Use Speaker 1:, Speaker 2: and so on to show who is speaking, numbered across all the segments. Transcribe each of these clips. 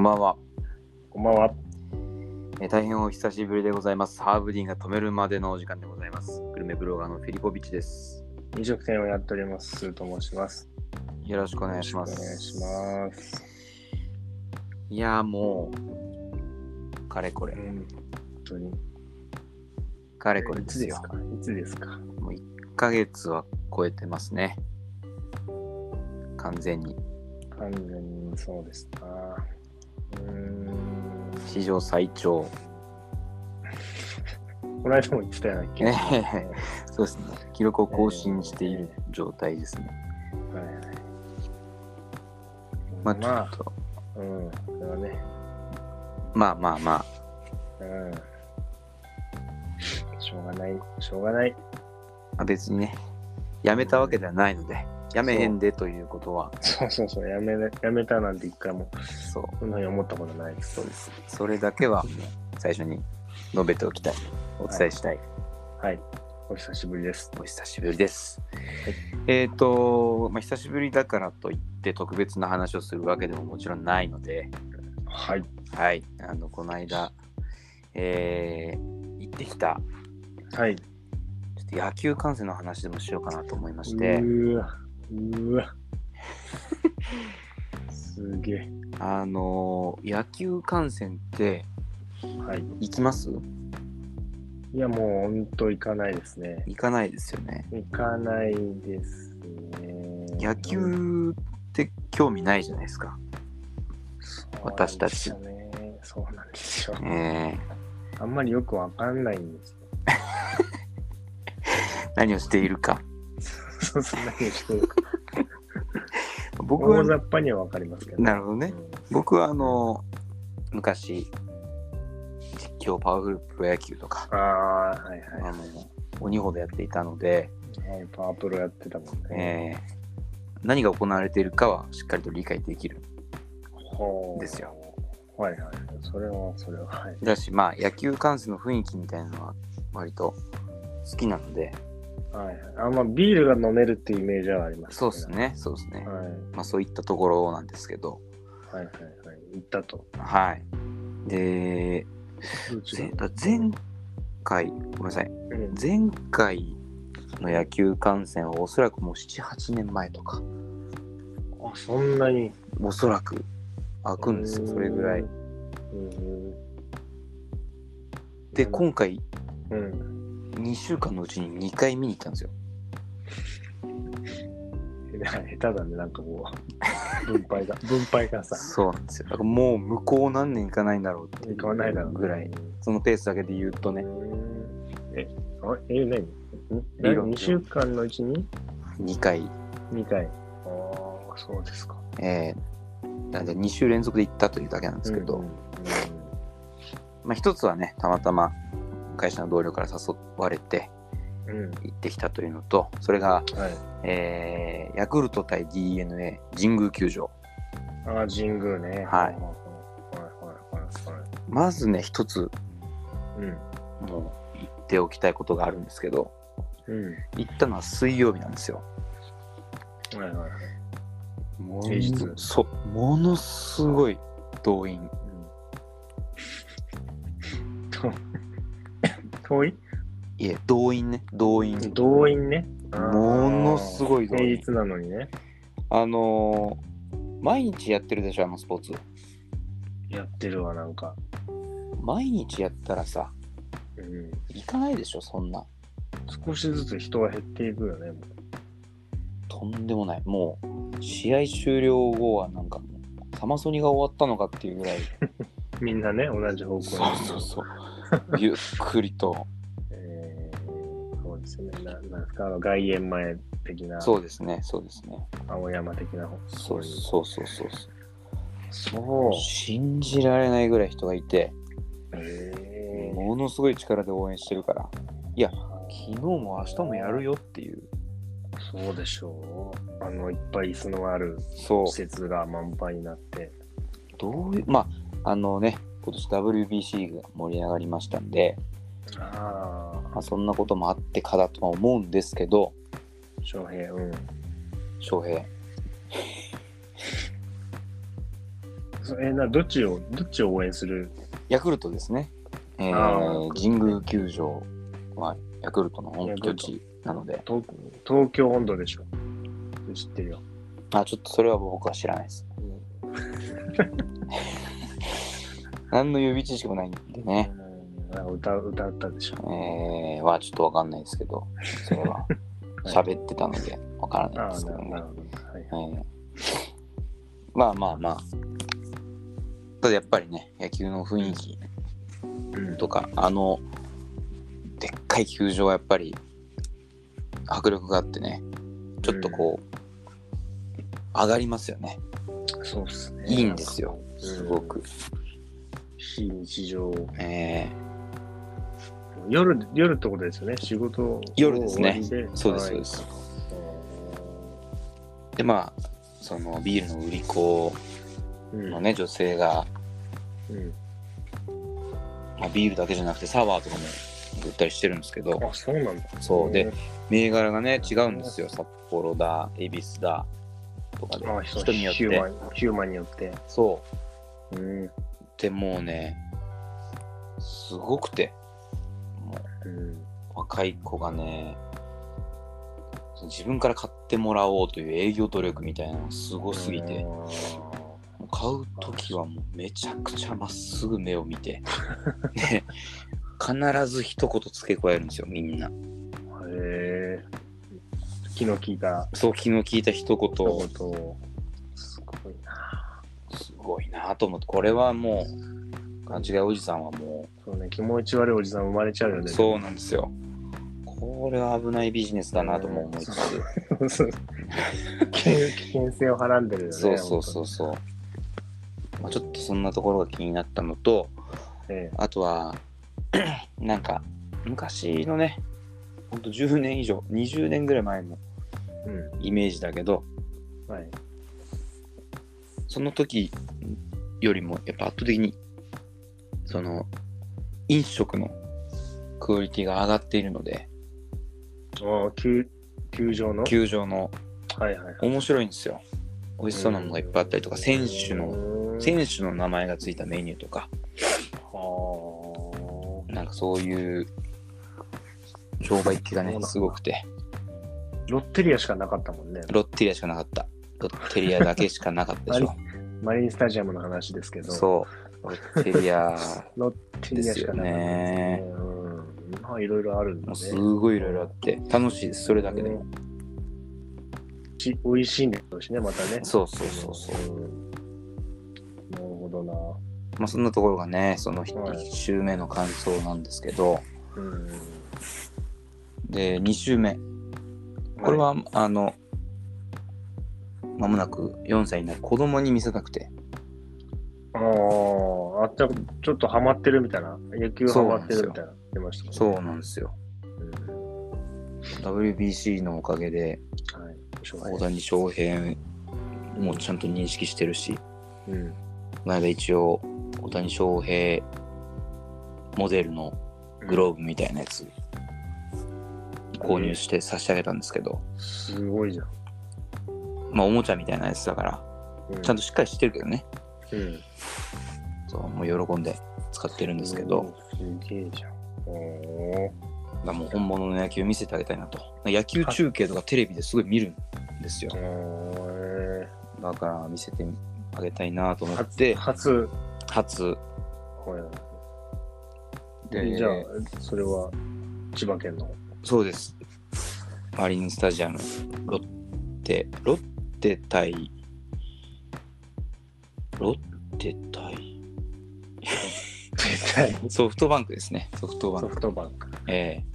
Speaker 1: んばんは、
Speaker 2: こんばんは。
Speaker 1: えー大変お久しぶりでございます。ハーブディンが止めるまでのお時間でございます。グルメブロガーのフィリポビッチです。
Speaker 2: 飲食店をやっております。スーと申します。
Speaker 1: よろしくお願いします。
Speaker 2: お願いします。
Speaker 1: いやー、もう、かれこれ
Speaker 2: う、ん、本当に。
Speaker 1: かれこれ
Speaker 2: い
Speaker 1: で
Speaker 2: つ
Speaker 1: す
Speaker 2: で
Speaker 1: よ
Speaker 2: す。かいつですか
Speaker 1: もう1ヶ月は超えてますね。完全に。
Speaker 2: 完全にそうですな。うーん。
Speaker 1: 史上最長。
Speaker 2: この間も言ってたような気がしますね
Speaker 1: ねそうですね。記録を更新している状態ですね。
Speaker 2: はいはい。
Speaker 1: ま
Speaker 2: ま
Speaker 1: あ、
Speaker 2: あ、
Speaker 1: ちょっと、
Speaker 2: うん。これはね。
Speaker 1: まあまあまあ、
Speaker 2: うん。しょうがない。しょうがない。
Speaker 1: まあ別にね、やめたわけではないので、やめへんでということは、
Speaker 2: そうそうそう。やめ、やめたなんて一回も、
Speaker 1: そう。
Speaker 2: そんなに思ったことないです。
Speaker 1: そうです。それだけはもう最初に述べておきたい。お伝えしたい。
Speaker 2: はい。お久しぶりです。
Speaker 1: お久しぶりです。えっ、と、まあ、久しぶりだからといって特別な話をするわけでももちろんないので、
Speaker 2: はい。
Speaker 1: はい。あの、この間、えー行ってきた、
Speaker 2: はい。
Speaker 1: ちょっと野球観戦の話でもしようかなと思いまし
Speaker 2: う
Speaker 1: て、
Speaker 2: ーわ。うー わ。すげえ。
Speaker 1: あの、野球観戦って
Speaker 2: はい。
Speaker 1: 行きます
Speaker 2: いや、もうほんと行かないですね。
Speaker 1: 行かないですよね。
Speaker 2: 行かないですね。
Speaker 1: 野球って興味ないじゃないですか。私たち
Speaker 2: そうなんですよね。そうなんですよ。
Speaker 1: え
Speaker 2: あんまりよくわかんないんですよ。
Speaker 1: ー何をしているか。
Speaker 2: そうそんなにしてるか。
Speaker 1: 僕は
Speaker 2: 大雑把にはわかりますけど。
Speaker 1: なるほどね僕はあの昔実況パワフルプロ野球とか
Speaker 2: うん。ああ、はい
Speaker 1: あ
Speaker 2: は
Speaker 1: の鬼ほどやっていたので、
Speaker 2: いはい。パワープロやってたもんね。
Speaker 1: えー何が行われているかはしっかりと理解できる
Speaker 2: ほう
Speaker 1: ですよ。
Speaker 2: はいはい。それは、それは。はい。
Speaker 1: だしまあ野球観戦の雰囲気みたいなのは割と好きなので
Speaker 2: はい、あまあビールが飲めるっていうイメージはあります
Speaker 1: そうです。ねそうですね
Speaker 2: はい、
Speaker 1: まあそういったところなんですけど
Speaker 2: はい、はい、はい。行ったと。
Speaker 1: はいでぜ前回ごめんなさい
Speaker 2: うん
Speaker 1: 前回の野球観戦はおそらくもう78年前とか
Speaker 2: あ、そんなに。
Speaker 1: おそらく開くんですよそれぐらい
Speaker 2: うん。
Speaker 1: で今回
Speaker 2: うん。
Speaker 1: 2週間のうちに2回見に行ったんですよ
Speaker 2: 下手だね、なんかこ う。分配が、分配がさ。
Speaker 1: そうなんですよだからもう向こう何年行かないんだろうっていう
Speaker 2: 行かないだろうね
Speaker 1: ぐらい。そのペースだけで言うとね
Speaker 2: うんえ、あえ、何
Speaker 1: 理論
Speaker 2: ?2 週間のうちに
Speaker 1: 2回
Speaker 2: 2回。ああ、そうですか。
Speaker 1: えーなんで2週連続で行ったというだけなんですけど、
Speaker 2: うん
Speaker 1: まあ、一つはねたまたま会社の同僚から誘われて
Speaker 2: うん。うん
Speaker 1: 行ってきたというのとそれが、
Speaker 2: はい。
Speaker 1: えーヤクルト対 d n a 神宮球場
Speaker 2: ああ、神宮ね。
Speaker 1: はい
Speaker 2: はい、はい、はい、はい。
Speaker 1: まずね一つ
Speaker 2: うん。
Speaker 1: もう言っておきたいことがあるんですけど
Speaker 2: うん。
Speaker 1: 行ったのは水曜日なんですよ
Speaker 2: はいはいはい。
Speaker 1: も
Speaker 2: 平日
Speaker 1: そうものすごい動員
Speaker 2: うんと 遠い
Speaker 1: いえ動員ね動員
Speaker 2: 動員ね。
Speaker 1: ものすごい動
Speaker 2: 平
Speaker 1: 員
Speaker 2: 日なのにね。
Speaker 1: あのー毎日やってるでしょあのスポーツ
Speaker 2: やってるわ、なんか。
Speaker 1: 毎日やったらさ
Speaker 2: うん、
Speaker 1: 行かないでしょそんな
Speaker 2: 少しずつ人は減っていくよね。も
Speaker 1: とんでもないもう試合終了後はなんかもうサマソニが終わったのかっていうぐらい
Speaker 2: うみんなね、同じ方向に。
Speaker 1: そうそうそうゆっくり と
Speaker 2: えーそうですね。ななんですか、あの外苑前的な、
Speaker 1: そうですねそうですね
Speaker 2: 青山的な方。
Speaker 1: そうそうそうそうそう
Speaker 2: そう。
Speaker 1: 信じられないぐらい人がいて
Speaker 2: えー
Speaker 1: ものすごい力で応援してるから昨日も明日もやるよっていう
Speaker 2: そうでしょう。あの、いっぱい椅子のある
Speaker 1: そう
Speaker 2: 施設が満杯になって。
Speaker 1: どういうまああのね今年 WBC が盛り上がりましたんで、
Speaker 2: ああ。
Speaker 1: まあ、そんなこともあってかだとは思うんですけど
Speaker 2: 翔平、うん。
Speaker 1: 翔平
Speaker 2: そえなどっちを、どっちを応援する
Speaker 1: ヤクルトですね。え
Speaker 2: あ
Speaker 1: ー、
Speaker 2: ー
Speaker 1: 神宮球場はヤクルトの本拠地なので、
Speaker 2: 東東京本土でしょ。知ってるよ。
Speaker 1: あ、ちょっとそれは僕は知らないです。何の予備知識もないんでね、
Speaker 2: うん歌歌ったでしょ。
Speaker 1: えー、はちょっとわかんないですけど、それ は喋ってたのでわから
Speaker 2: あ
Speaker 1: ないで
Speaker 2: あ、
Speaker 1: すけ
Speaker 2: な
Speaker 1: ど
Speaker 2: る
Speaker 1: ね。
Speaker 2: なるほど。はい
Speaker 1: はいまあまあまあ。ただやっぱりね、野球の雰囲気
Speaker 2: うん
Speaker 1: とか、あの、でっかい球場はやっぱり迫力があってね、ちょっとこう、上がりますよね。
Speaker 2: そうっすね。
Speaker 1: いいんですよ、すごく。
Speaker 2: 非日常。
Speaker 1: え
Speaker 2: 夜、夜ってことですよね。仕事
Speaker 1: 夜ですね
Speaker 2: 終わり
Speaker 1: ーそうです、そうで。す。で、まあ、そのビールの売り子
Speaker 2: はいうん
Speaker 1: のね、女性が、
Speaker 2: うん
Speaker 1: まあ、ビールだけじゃなくてサワーとかも売ったりしてるんですけど、
Speaker 2: あ、そうなんだ。
Speaker 1: そうで
Speaker 2: うん、
Speaker 1: 銘柄がね違うんですよ札幌だ恵比寿だとかで
Speaker 2: あそう
Speaker 1: 人によっ
Speaker 2: ヒューマ
Speaker 1: て
Speaker 2: ンヒューマンによって。
Speaker 1: そう
Speaker 2: うん。
Speaker 1: でもうねすごくても
Speaker 2: うん
Speaker 1: う若い子がね自分から買ってもらおうという営業努力みたいなのがすごすぎて、もう買う時はもうめちゃくちゃまっすぐ目を見て で必ず一言付け加えるんですよみんな
Speaker 2: へえ気の利いた
Speaker 1: そう昨日聞いた一言を
Speaker 2: 一言をすごいな
Speaker 1: すごいなと思ってこれはもう勘違いおじさんはも
Speaker 2: そうね気持ち悪いおじさん生まれちゃうよ
Speaker 1: う
Speaker 2: ね
Speaker 1: そうなんですよこれは危ないビジネスだなとも思いつつ
Speaker 2: うそう危険性をはらんでるよね
Speaker 1: そうそうそうそう、まあ、ちょっとそんなところが気になったのと
Speaker 2: 本当にえ
Speaker 1: あとは なんか昔のねほんと10年以上20年ぐらい前の
Speaker 2: え
Speaker 1: イメージだけど
Speaker 2: うんはい
Speaker 1: その時よりもやっぱ圧倒的にその飲食のクオリティが上がっているので
Speaker 2: ああ球球場の
Speaker 1: 球場の
Speaker 2: はいはいはい
Speaker 1: 面白いんですよ美味しそうなものがいっぱいあったりとか選手の
Speaker 2: の手
Speaker 1: 選手の名前がついたメニューとかなんかそういう商売っ気が
Speaker 2: そうな
Speaker 1: ね
Speaker 2: んだ
Speaker 1: すごくて
Speaker 2: ロッテリアしかなかったもんね
Speaker 1: ロッテリアしかなかったロッテリアだけしかなかったでし ょ
Speaker 2: マリンスタジアムの話ですけど
Speaker 1: そうロッテリア
Speaker 2: ロッテリアしかなか
Speaker 1: で
Speaker 2: った
Speaker 1: す
Speaker 2: ねうんまあいろいろあるんだ
Speaker 1: もう
Speaker 2: ね
Speaker 1: すごいいろいろあって楽しいですそれだけでも
Speaker 2: ち美味しいんだろうしね、またね。
Speaker 1: そうそうそうそう
Speaker 2: うんなるほど
Speaker 1: まあそんなところがねその
Speaker 2: はい
Speaker 1: 1週目の感想なんですけど
Speaker 2: な。うん。
Speaker 1: で2週目これは、あのまもなく4歳になる子供に見せたくて
Speaker 2: ああ、あじゃあちょっとハマってるみたいな。野球ハマってるみたいな。出ましたもんね
Speaker 1: そうなんですよ
Speaker 2: うん
Speaker 1: WBC のおかげで
Speaker 2: はい。しょうが
Speaker 1: 大
Speaker 2: ない
Speaker 1: 谷翔平もちゃんと認識してるし、
Speaker 2: うん。
Speaker 1: この間一応大谷翔平モデルのグローブみたいなやつ購入して差し上げたんですけど、
Speaker 2: すごいじゃん。
Speaker 1: まあおもちゃみたいなやつだから
Speaker 2: う
Speaker 1: ちゃんとしっかりしてるけどね
Speaker 2: うん
Speaker 1: そうもう喜んで使ってるんですけど、。
Speaker 2: うんすげえじゃん。お
Speaker 1: だからもう本物の野球を見せてあげたいなと野球中継とかテレビですごい見るんですよ
Speaker 2: ーおー
Speaker 1: だから見せてあげたいなと思っ
Speaker 2: えー
Speaker 1: て
Speaker 2: 初、
Speaker 1: 初
Speaker 2: は
Speaker 1: で
Speaker 2: い。じゃあ、それは千葉県の。
Speaker 1: そうです。マリンスタジアム、ロッテ、ロッテ対、ロッテ対、ソフトバンクですね。ソフトバン
Speaker 2: ソ
Speaker 1: ク。
Speaker 2: フトバンク。
Speaker 1: え
Speaker 2: えー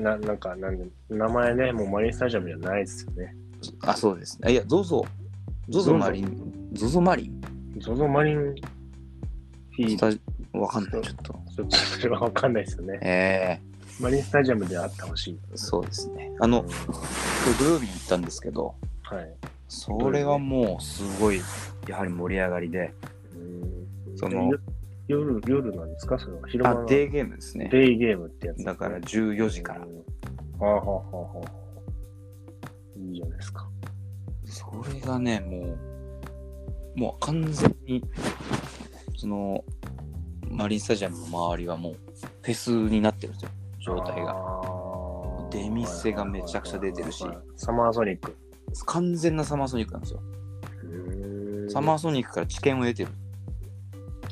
Speaker 2: ななんかなんで、名前ね、もうマリンスタジアムじゃないですよね。
Speaker 1: えあ、そうです。あいや、ゾゾ、ゾゾマリン、ゾゾマリン
Speaker 2: ゾゾマリンフ
Speaker 1: ス
Speaker 2: ィール
Speaker 1: タジわかんない、ちょっと。
Speaker 2: ド、ちょっとそれはわかんないですよね。
Speaker 1: え
Speaker 2: マリンスタジアムであってほしい。
Speaker 1: えそうですね。あの、
Speaker 2: うん
Speaker 1: 今日土曜日に行ったんですけど、
Speaker 2: はい。
Speaker 1: それはもうすごい、やはり盛り上がりで、
Speaker 2: うん
Speaker 1: その
Speaker 2: よ夜、夜なんですかそれは。昼間
Speaker 1: あ
Speaker 2: の、
Speaker 1: デーゲームですね。
Speaker 2: デイゲームってやつ、
Speaker 1: だから14時から
Speaker 2: う。んはあはあはあはあ。いいじゃないですか。
Speaker 1: それがね、もう、もう完全に、その、マリンスタジアムの周りはもうフェスになってるんですよ、状態が。
Speaker 2: が
Speaker 1: 出店がめちゃくちゃ出てるし
Speaker 2: サマーソニック。
Speaker 1: 完全なサマーソニックなんですよ。サマーソニックから知見を得てる。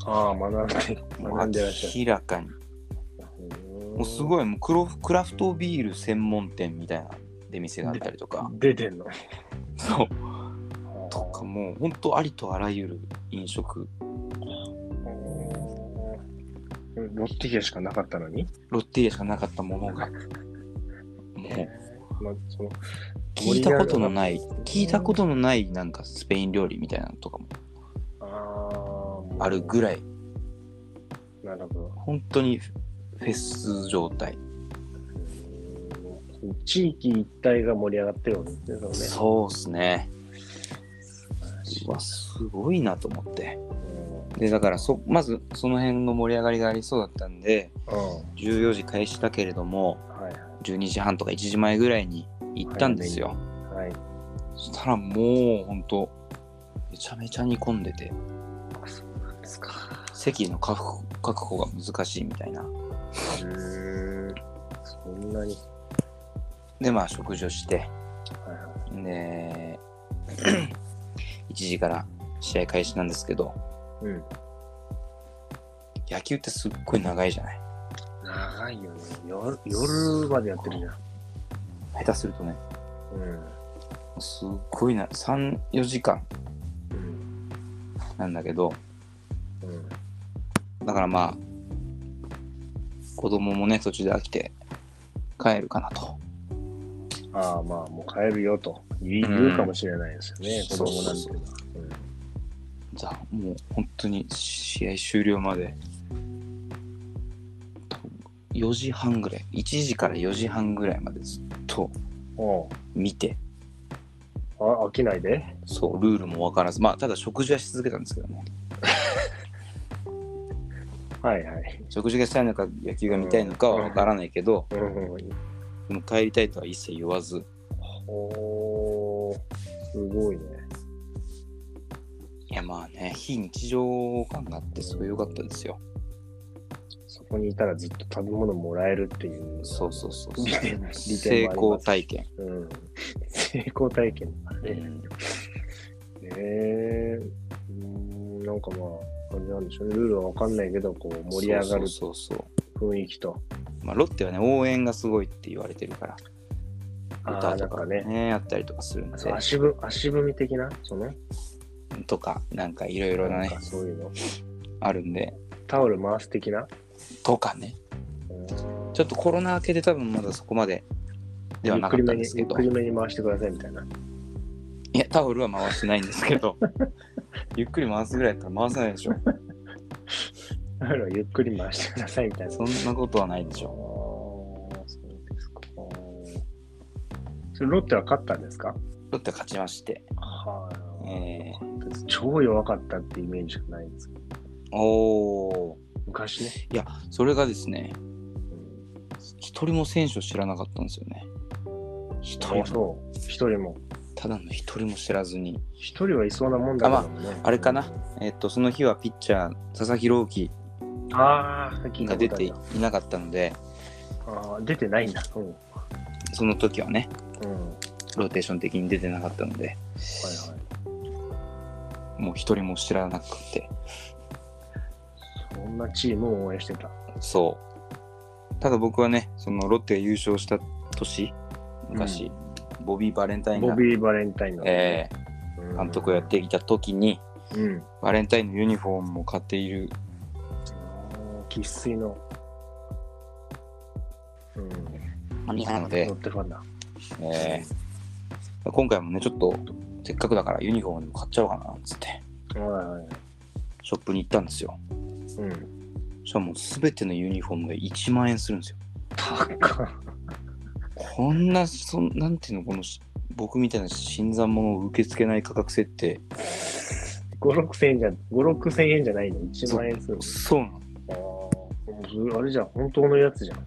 Speaker 2: ああ、学んで、
Speaker 1: もう
Speaker 2: 学んでらっしゃ
Speaker 1: 明
Speaker 2: る。
Speaker 1: らかに。もうす
Speaker 2: い。
Speaker 1: ごい、もうクロクラフトビール専門店みたいな出店があったりとか、
Speaker 2: 出てんの。
Speaker 1: そう、とかもう本当ありとあらゆる飲食、
Speaker 2: うんロッティアしかなかったのに。
Speaker 1: ロッテリアしかなかったもの が、もう
Speaker 2: まあ、その
Speaker 1: 聞いたことのない、聞いたことのないなんかスペイン料理みたいなのとかも
Speaker 2: あー
Speaker 1: あるぐらい、
Speaker 2: なるほど。
Speaker 1: 本当にフェス状態。
Speaker 2: うん地域一体が盛り上がってるんですね、そのね。
Speaker 1: そうっすね。
Speaker 2: う
Speaker 1: うわ、すごいなと思って。
Speaker 2: ん
Speaker 1: で、だからそ、まずその辺の盛り上がりがありそうだったんで、
Speaker 2: うん
Speaker 1: 14時開始だけれども、
Speaker 2: はい
Speaker 1: 12時半とか1時前ぐらいに行ったんですよ。
Speaker 2: はい。はい。
Speaker 1: そしたらもう本当めちゃめちゃ煮込んでて、
Speaker 2: ですか。
Speaker 1: 席の確保確保が難しいみたいな。
Speaker 2: そんなに。
Speaker 1: で、まあ食事をして、
Speaker 2: はいはい
Speaker 1: で、1時から試合開始なんですけど、
Speaker 2: うん。
Speaker 1: 野球ってすっごい長いじゃない。
Speaker 2: 長いよね。夜夜までやってるじゃん。
Speaker 1: 下手するとね、
Speaker 2: うん。
Speaker 1: すっごいな、3、4時間
Speaker 2: うん。
Speaker 1: なんだけど、
Speaker 2: うん。
Speaker 1: だからまあ、子供もね、途中で飽きて帰るかなと。
Speaker 2: ああ、まあ、もう帰るよと言う,、
Speaker 1: うん
Speaker 2: かもしれないですよね、子供なんていうのは。
Speaker 1: じゃあもう本当に試合終了まで4時半ぐらい1時から4時半ぐらいまでずっと
Speaker 2: うん
Speaker 1: 見て
Speaker 2: おうあ飽きないで。
Speaker 1: そうルールも分からずまあただ食事はし続けたんですけどね
Speaker 2: はいはい。
Speaker 1: 食事がしたいのか野球が見たいのかは分からないけど、
Speaker 2: うん。
Speaker 1: でも帰りたいとは一切言わず
Speaker 2: おー、すごいね。
Speaker 1: いやまあね非日常感があってすごい良かったですよ
Speaker 2: そこにいたらずっと食べ物もらえるっていう。
Speaker 1: そうそうそう
Speaker 2: 利点利点もあります
Speaker 1: 成功体験
Speaker 2: うん。成功体験だね。
Speaker 1: うん
Speaker 2: ねえうーん、なんかまあ、あれなんでしょうね、ルールはわかんないけど、こう、盛り上がる
Speaker 1: そうそうそう
Speaker 2: 雰囲気と、
Speaker 1: まあ、ロッテはね、応援がすごいって言われてるから、
Speaker 2: あー
Speaker 1: 歌とか
Speaker 2: なん
Speaker 1: ね、
Speaker 2: か
Speaker 1: やったりとかするんで、
Speaker 2: そう足踏足踏み的な、そのね、
Speaker 1: とか、なんかいろいろな
Speaker 2: なん
Speaker 1: ね
Speaker 2: か、そういうの、
Speaker 1: あるんで、
Speaker 2: タオル回す的な、
Speaker 1: とかね、
Speaker 2: うん
Speaker 1: ちょっとコロナ明けで多分まだそこまででは
Speaker 2: ゆっ
Speaker 1: な
Speaker 2: く
Speaker 1: かっ
Speaker 2: り
Speaker 1: たん
Speaker 2: め
Speaker 1: で
Speaker 2: に
Speaker 1: す、
Speaker 2: ゆ
Speaker 1: けど
Speaker 2: っく、りめに回してくださいみたいな。
Speaker 1: いや、タオルは回してないんですけ ど、ゆっくり回すぐらいだったら回さないでしょ。
Speaker 2: タオルはゆっくり回してくださいみたいな。
Speaker 1: そんなことはないでし
Speaker 2: あー
Speaker 1: ょ。
Speaker 2: そうですか。それロッテは勝ったんですか
Speaker 1: ロッテは勝ちまして、
Speaker 2: はい、
Speaker 1: え
Speaker 2: 超弱かったってイメージしかないんですけど
Speaker 1: ー、おー、
Speaker 2: 昔ね。
Speaker 1: いや、それがですね、
Speaker 2: うん
Speaker 1: 一人も選手を知らなかったんですよね。一
Speaker 2: あ
Speaker 1: 人も、
Speaker 2: そう。一人も。
Speaker 1: ただの一人も知らずに。
Speaker 2: 一人はいそうなもんだけどもね。
Speaker 1: あれかなえっと、その日はピッチャー、佐々木朗希
Speaker 2: ああ、さっき
Speaker 1: が出ていなかったので、
Speaker 2: ああ、出てないんだ。うん。うん。
Speaker 1: その時はね、
Speaker 2: は
Speaker 1: ローテーション的に出てなかったので、
Speaker 2: いはい。
Speaker 1: もう一人も知らなくて、
Speaker 2: そんなチームを応援してた。
Speaker 1: そう。ただ僕はね、そのロッテが優勝した年、昔、ボビー・バレンタイン
Speaker 2: ボ
Speaker 1: が、
Speaker 2: ビー・バレンタインの、
Speaker 1: え
Speaker 2: う
Speaker 1: ー
Speaker 2: ん
Speaker 1: 監督をやっ。ていた時に、
Speaker 2: うん。
Speaker 1: バレンタインのユニフォームを買っている、
Speaker 2: 生粋の。うん。
Speaker 1: なので
Speaker 2: ロッテファンだ。
Speaker 1: えー今回もね、ちょっと、せっかくだからユニフォームでも買っちゃおうかな、つって、
Speaker 2: はいはい。
Speaker 1: ショップに行ったんですよ。
Speaker 2: うん。
Speaker 1: そしたらもう全てのユニフォームが1万円するんですよ。
Speaker 2: 高っ
Speaker 1: こんな、そんなんていうの、このし僕みたいな新参者を受け付けない価格設定。
Speaker 2: 5、6千円じゃ、5、6千円じゃないの ?1 万円する
Speaker 1: そうなの
Speaker 2: の。あーもうあれじゃん、本当のやつじゃん。へ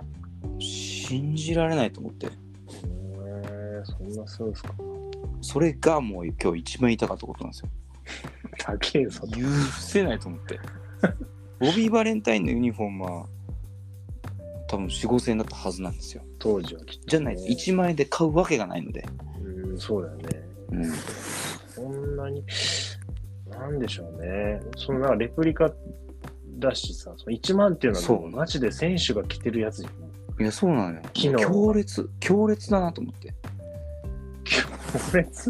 Speaker 1: 信じられないと思って。
Speaker 2: え、そんなするんすか。
Speaker 1: それがもう今日一番痛かったことなんですよ。
Speaker 2: 高えぞ。
Speaker 1: 許せないと思 って。ボビー・バレンタインのユニフォームは、多分4、5000円だったはずなんですよ。
Speaker 2: 当時はきっとね、
Speaker 1: じゃないと1万円で買うわけがないので。
Speaker 2: うん、そうだよね。
Speaker 1: うん。
Speaker 2: そんなに、なんでしょうね。そのなんかレプリカだしさ、その1万っていうのは
Speaker 1: そう
Speaker 2: マジで選手が着てるやつじゃん。
Speaker 1: いや、そうなのよ。
Speaker 2: 機能
Speaker 1: 強烈、強烈だなと思って。
Speaker 2: 強烈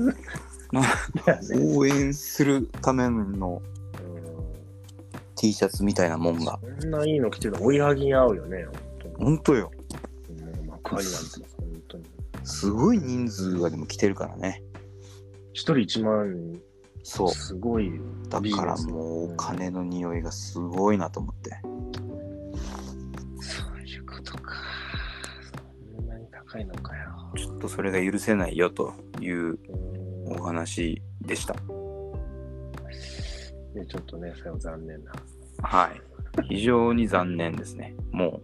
Speaker 1: な
Speaker 2: だよね。
Speaker 1: 応援するための T シャツみたいなもんが。
Speaker 2: うん、そんないいの着てるの、追いはぎに合うよね、本
Speaker 1: ほんとよ。
Speaker 2: 当に。もう幕張なんて、本当に。
Speaker 1: すごい人数がでも来てるからね。
Speaker 2: 一人1万、
Speaker 1: そう。
Speaker 2: すごいよ。
Speaker 1: だからもうお金の匂いがすごいなと思って。
Speaker 2: そういうことか。そんなに高いのかよ。
Speaker 1: ちょっとそれが許せないよという
Speaker 2: うん
Speaker 1: お話でした。
Speaker 2: でちょっとね、それは残念な。
Speaker 1: はい。非常に残念ですね。も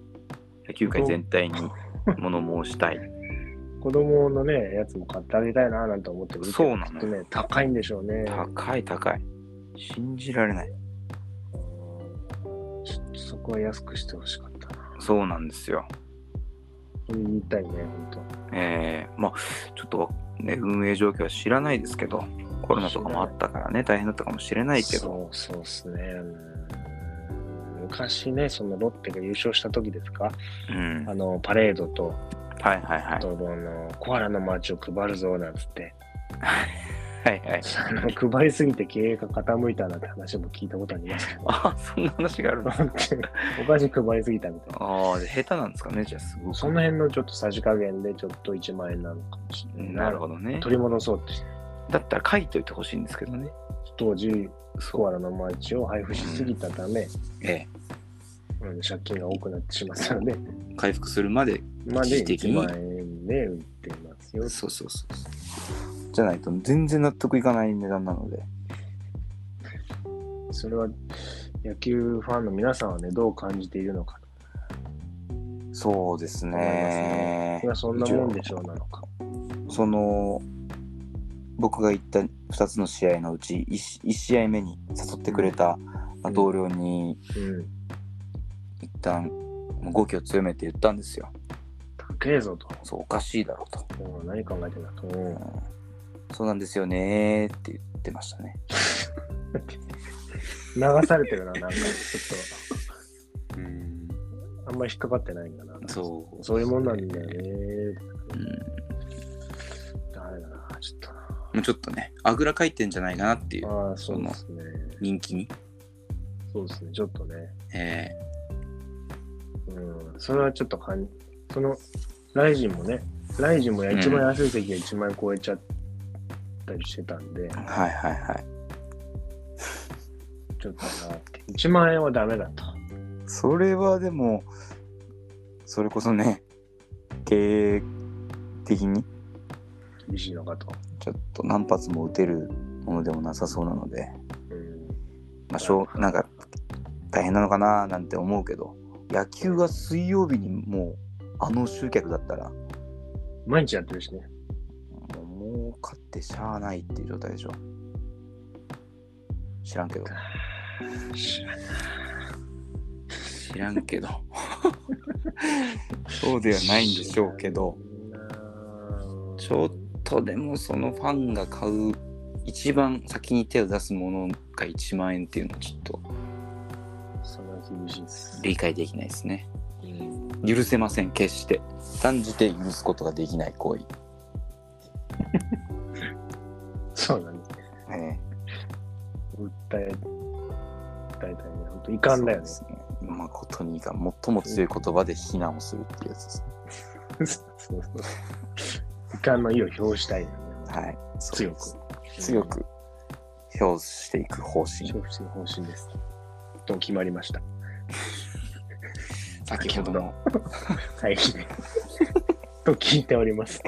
Speaker 1: う野球界全体に物申したい。
Speaker 2: 子供のね、やつも買ってあげたいななんて思ってるけど
Speaker 1: そうなの
Speaker 2: きっとね、高いんでしょうね。
Speaker 1: 高い高い。信じられない。
Speaker 2: うんちょっとそこは安くしてほしかったな。
Speaker 1: そうなんですよ。
Speaker 2: それ言いたいね、本
Speaker 1: えー、まあちょっとね、運営状況は知らないですけど、コロナとかもあったからね、大変だったかもしれ
Speaker 2: 当。
Speaker 1: ないけど、
Speaker 2: そうそうっすね。うん昔ね、そのロッテが優勝した時ですか、
Speaker 1: うん。は
Speaker 2: あの、パレードと、
Speaker 1: いはいは
Speaker 2: あ
Speaker 1: い。
Speaker 2: と、あの、コアラの街を配るぞ、なんつって、
Speaker 1: はいはい。
Speaker 2: あの、配りすぎて経営が傾いたなんて話も聞いたことありますけど、
Speaker 1: あ、そんな話があるの
Speaker 2: お菓子配りすぎたみたいな。
Speaker 1: ああ、で下手なんですかね、じゃあすごく。
Speaker 2: その辺のちょっとさじ加減でちょっと1万円なのかもしれない。
Speaker 1: なるほどね。
Speaker 2: 取り戻そうって。
Speaker 1: だったら書いといてほしいんですけどね。
Speaker 2: 当時、コ
Speaker 1: そ
Speaker 2: アラのマーチを配布しすぎたため、
Speaker 1: う。え
Speaker 2: うん借金が多くなってしまったので、
Speaker 1: え。回復するまで。
Speaker 2: まあ
Speaker 1: 一時
Speaker 2: で
Speaker 1: 的
Speaker 2: 1
Speaker 1: に
Speaker 2: 万円で売ってますよ。
Speaker 1: そうそうそうそう。じゃないと全然納得いかない値段なので。
Speaker 2: それは野球ファンの皆さんはね、どう感じているのかと
Speaker 1: そうです
Speaker 2: 思いますね。
Speaker 1: ね
Speaker 2: それ。はそんなもんでしょうなのか。
Speaker 1: その、僕が行った2つの試合のうち 1, 試合目に誘ってくれたまあ同僚に
Speaker 2: うん。
Speaker 1: 一旦もう語気を強めて言ったんですよ。
Speaker 2: 高えぞと。
Speaker 1: そう、おかしいだろうと。
Speaker 2: うん何考えてんだと。うん
Speaker 1: うん、そうなんですよねーって言ってましたね。
Speaker 2: 流されてるな、なんかちょ
Speaker 1: うん、
Speaker 2: っと、あんまり引っかかってないんだな。
Speaker 1: そう。
Speaker 2: そういうもんなんだよね。
Speaker 1: うん
Speaker 2: ダメだな、ちょっとな。
Speaker 1: もうちょっとね、あぐらかいてんじゃないかなっていう、
Speaker 2: ああ、そうですね。
Speaker 1: 人気に。
Speaker 2: そうですね、ちょっとね。
Speaker 1: え
Speaker 2: うん、それはちょっとかん、その、ライジンもね、ライジンもや
Speaker 1: うん
Speaker 2: 一番安い席が1万円超えちゃったりしてたんで、
Speaker 1: えはいはいはい。
Speaker 2: ちょっとなって、1万円はダメだと。
Speaker 1: それはでも、それこそね、経営的に
Speaker 2: 厳しいのかと。
Speaker 1: ちょっと何発も打てるものでもなさそうなので、
Speaker 2: うん、
Speaker 1: まあ、しょうなんか大変なのかななんて思うけど、野球は水曜日にもうあの集客だったら、
Speaker 2: 毎日やってるしね。
Speaker 1: もう儲かってしゃあないっていう状態でしょ。知らんけど。知らんけど。 そうではないんでしょうけど、
Speaker 2: うん。
Speaker 1: ちょっとでもそのファンが買う一番先に手を出すものが1万円っていうのはちょっと
Speaker 2: それは厳しいです。
Speaker 1: 理解できないですね。
Speaker 2: うん
Speaker 1: 許せません、決して。断じて許すことができない行為。
Speaker 2: そうだね。
Speaker 1: え
Speaker 2: 訴え、訴えたいね。本当遺
Speaker 1: え
Speaker 2: 憾だよ
Speaker 1: そ
Speaker 2: ね。
Speaker 1: うですね。誠にが最も強い言葉で非難をするっていうやつですね。
Speaker 2: そうそうそう。遺憾の意を表したいよね。
Speaker 1: はい。そう
Speaker 2: 強
Speaker 1: で
Speaker 2: く
Speaker 1: す。強く表していく方針
Speaker 2: 消費する方針です。と決まりました。
Speaker 1: 先ほどの
Speaker 2: 会議で。と聞いております。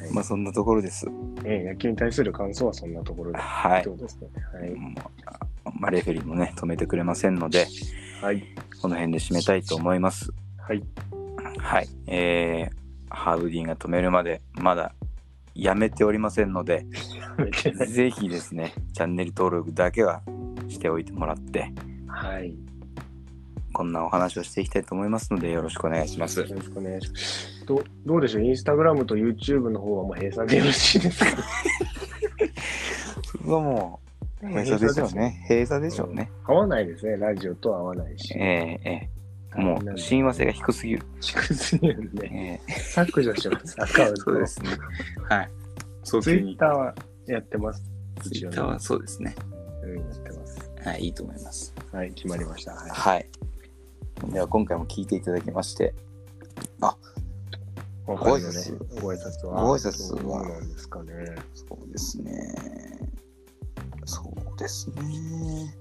Speaker 2: はい
Speaker 1: まあそんなところです
Speaker 2: ええ野球に対する感想はそんなところで。
Speaker 1: はい
Speaker 2: そうですね。
Speaker 1: もうあまあレフェリーもね止めてくれませんので
Speaker 2: はい。はい。
Speaker 1: この辺で締めたいと思います
Speaker 2: はい。
Speaker 1: はいえー、ハーブディーンが止めるまでまだやめておりませんので
Speaker 2: れてね。
Speaker 1: ぜひですね、チャンネル登録だけはしておいてもらって、
Speaker 2: はい。
Speaker 1: こんなお話をしていきたいと思いますので、よろしくお願いします
Speaker 2: よ。ろしくお願いします。どどうでしょうインスタグラムと YouTube の方はもう閉鎖でよろしいですか
Speaker 1: それはもう、閉鎖でしょうね。閉鎖でしょうね。
Speaker 2: 合わないですね。ラジオと合わないし。
Speaker 1: ええええもう、親和性が低すぎる。
Speaker 2: 低すぎるんで、
Speaker 1: ええ
Speaker 2: 削除します、アカウントを。
Speaker 1: ね。はい。そう
Speaker 2: ツイッターはやってます。
Speaker 1: ツイッターはそうですね。
Speaker 2: うん、やってます。
Speaker 1: はい、いいと思います。
Speaker 2: はい、決まりました。はい
Speaker 1: はい。では、今回も聞いていただきまして、
Speaker 2: 今回のね
Speaker 1: ご挨拶、
Speaker 2: ご挨拶は。
Speaker 1: ご挨拶は
Speaker 2: どうなんですかね。
Speaker 1: そうですね。そうですね。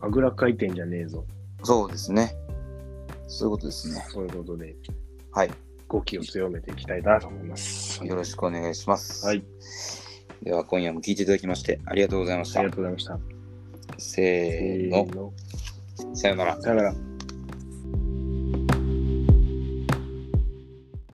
Speaker 2: あぐらかいてんじゃねえぞ。
Speaker 1: そうですね。そういうことですね。
Speaker 2: そういうことで、
Speaker 1: はい。
Speaker 2: 語気を強めていきたいなと思います。
Speaker 1: よろしくお願いします。
Speaker 2: はい。
Speaker 1: では、今夜も聞いていただきまして、ありがとうございまし
Speaker 2: あ
Speaker 1: た
Speaker 2: りが。とうございました。
Speaker 1: せーの、
Speaker 2: の。
Speaker 1: さよなら。
Speaker 2: さよなら。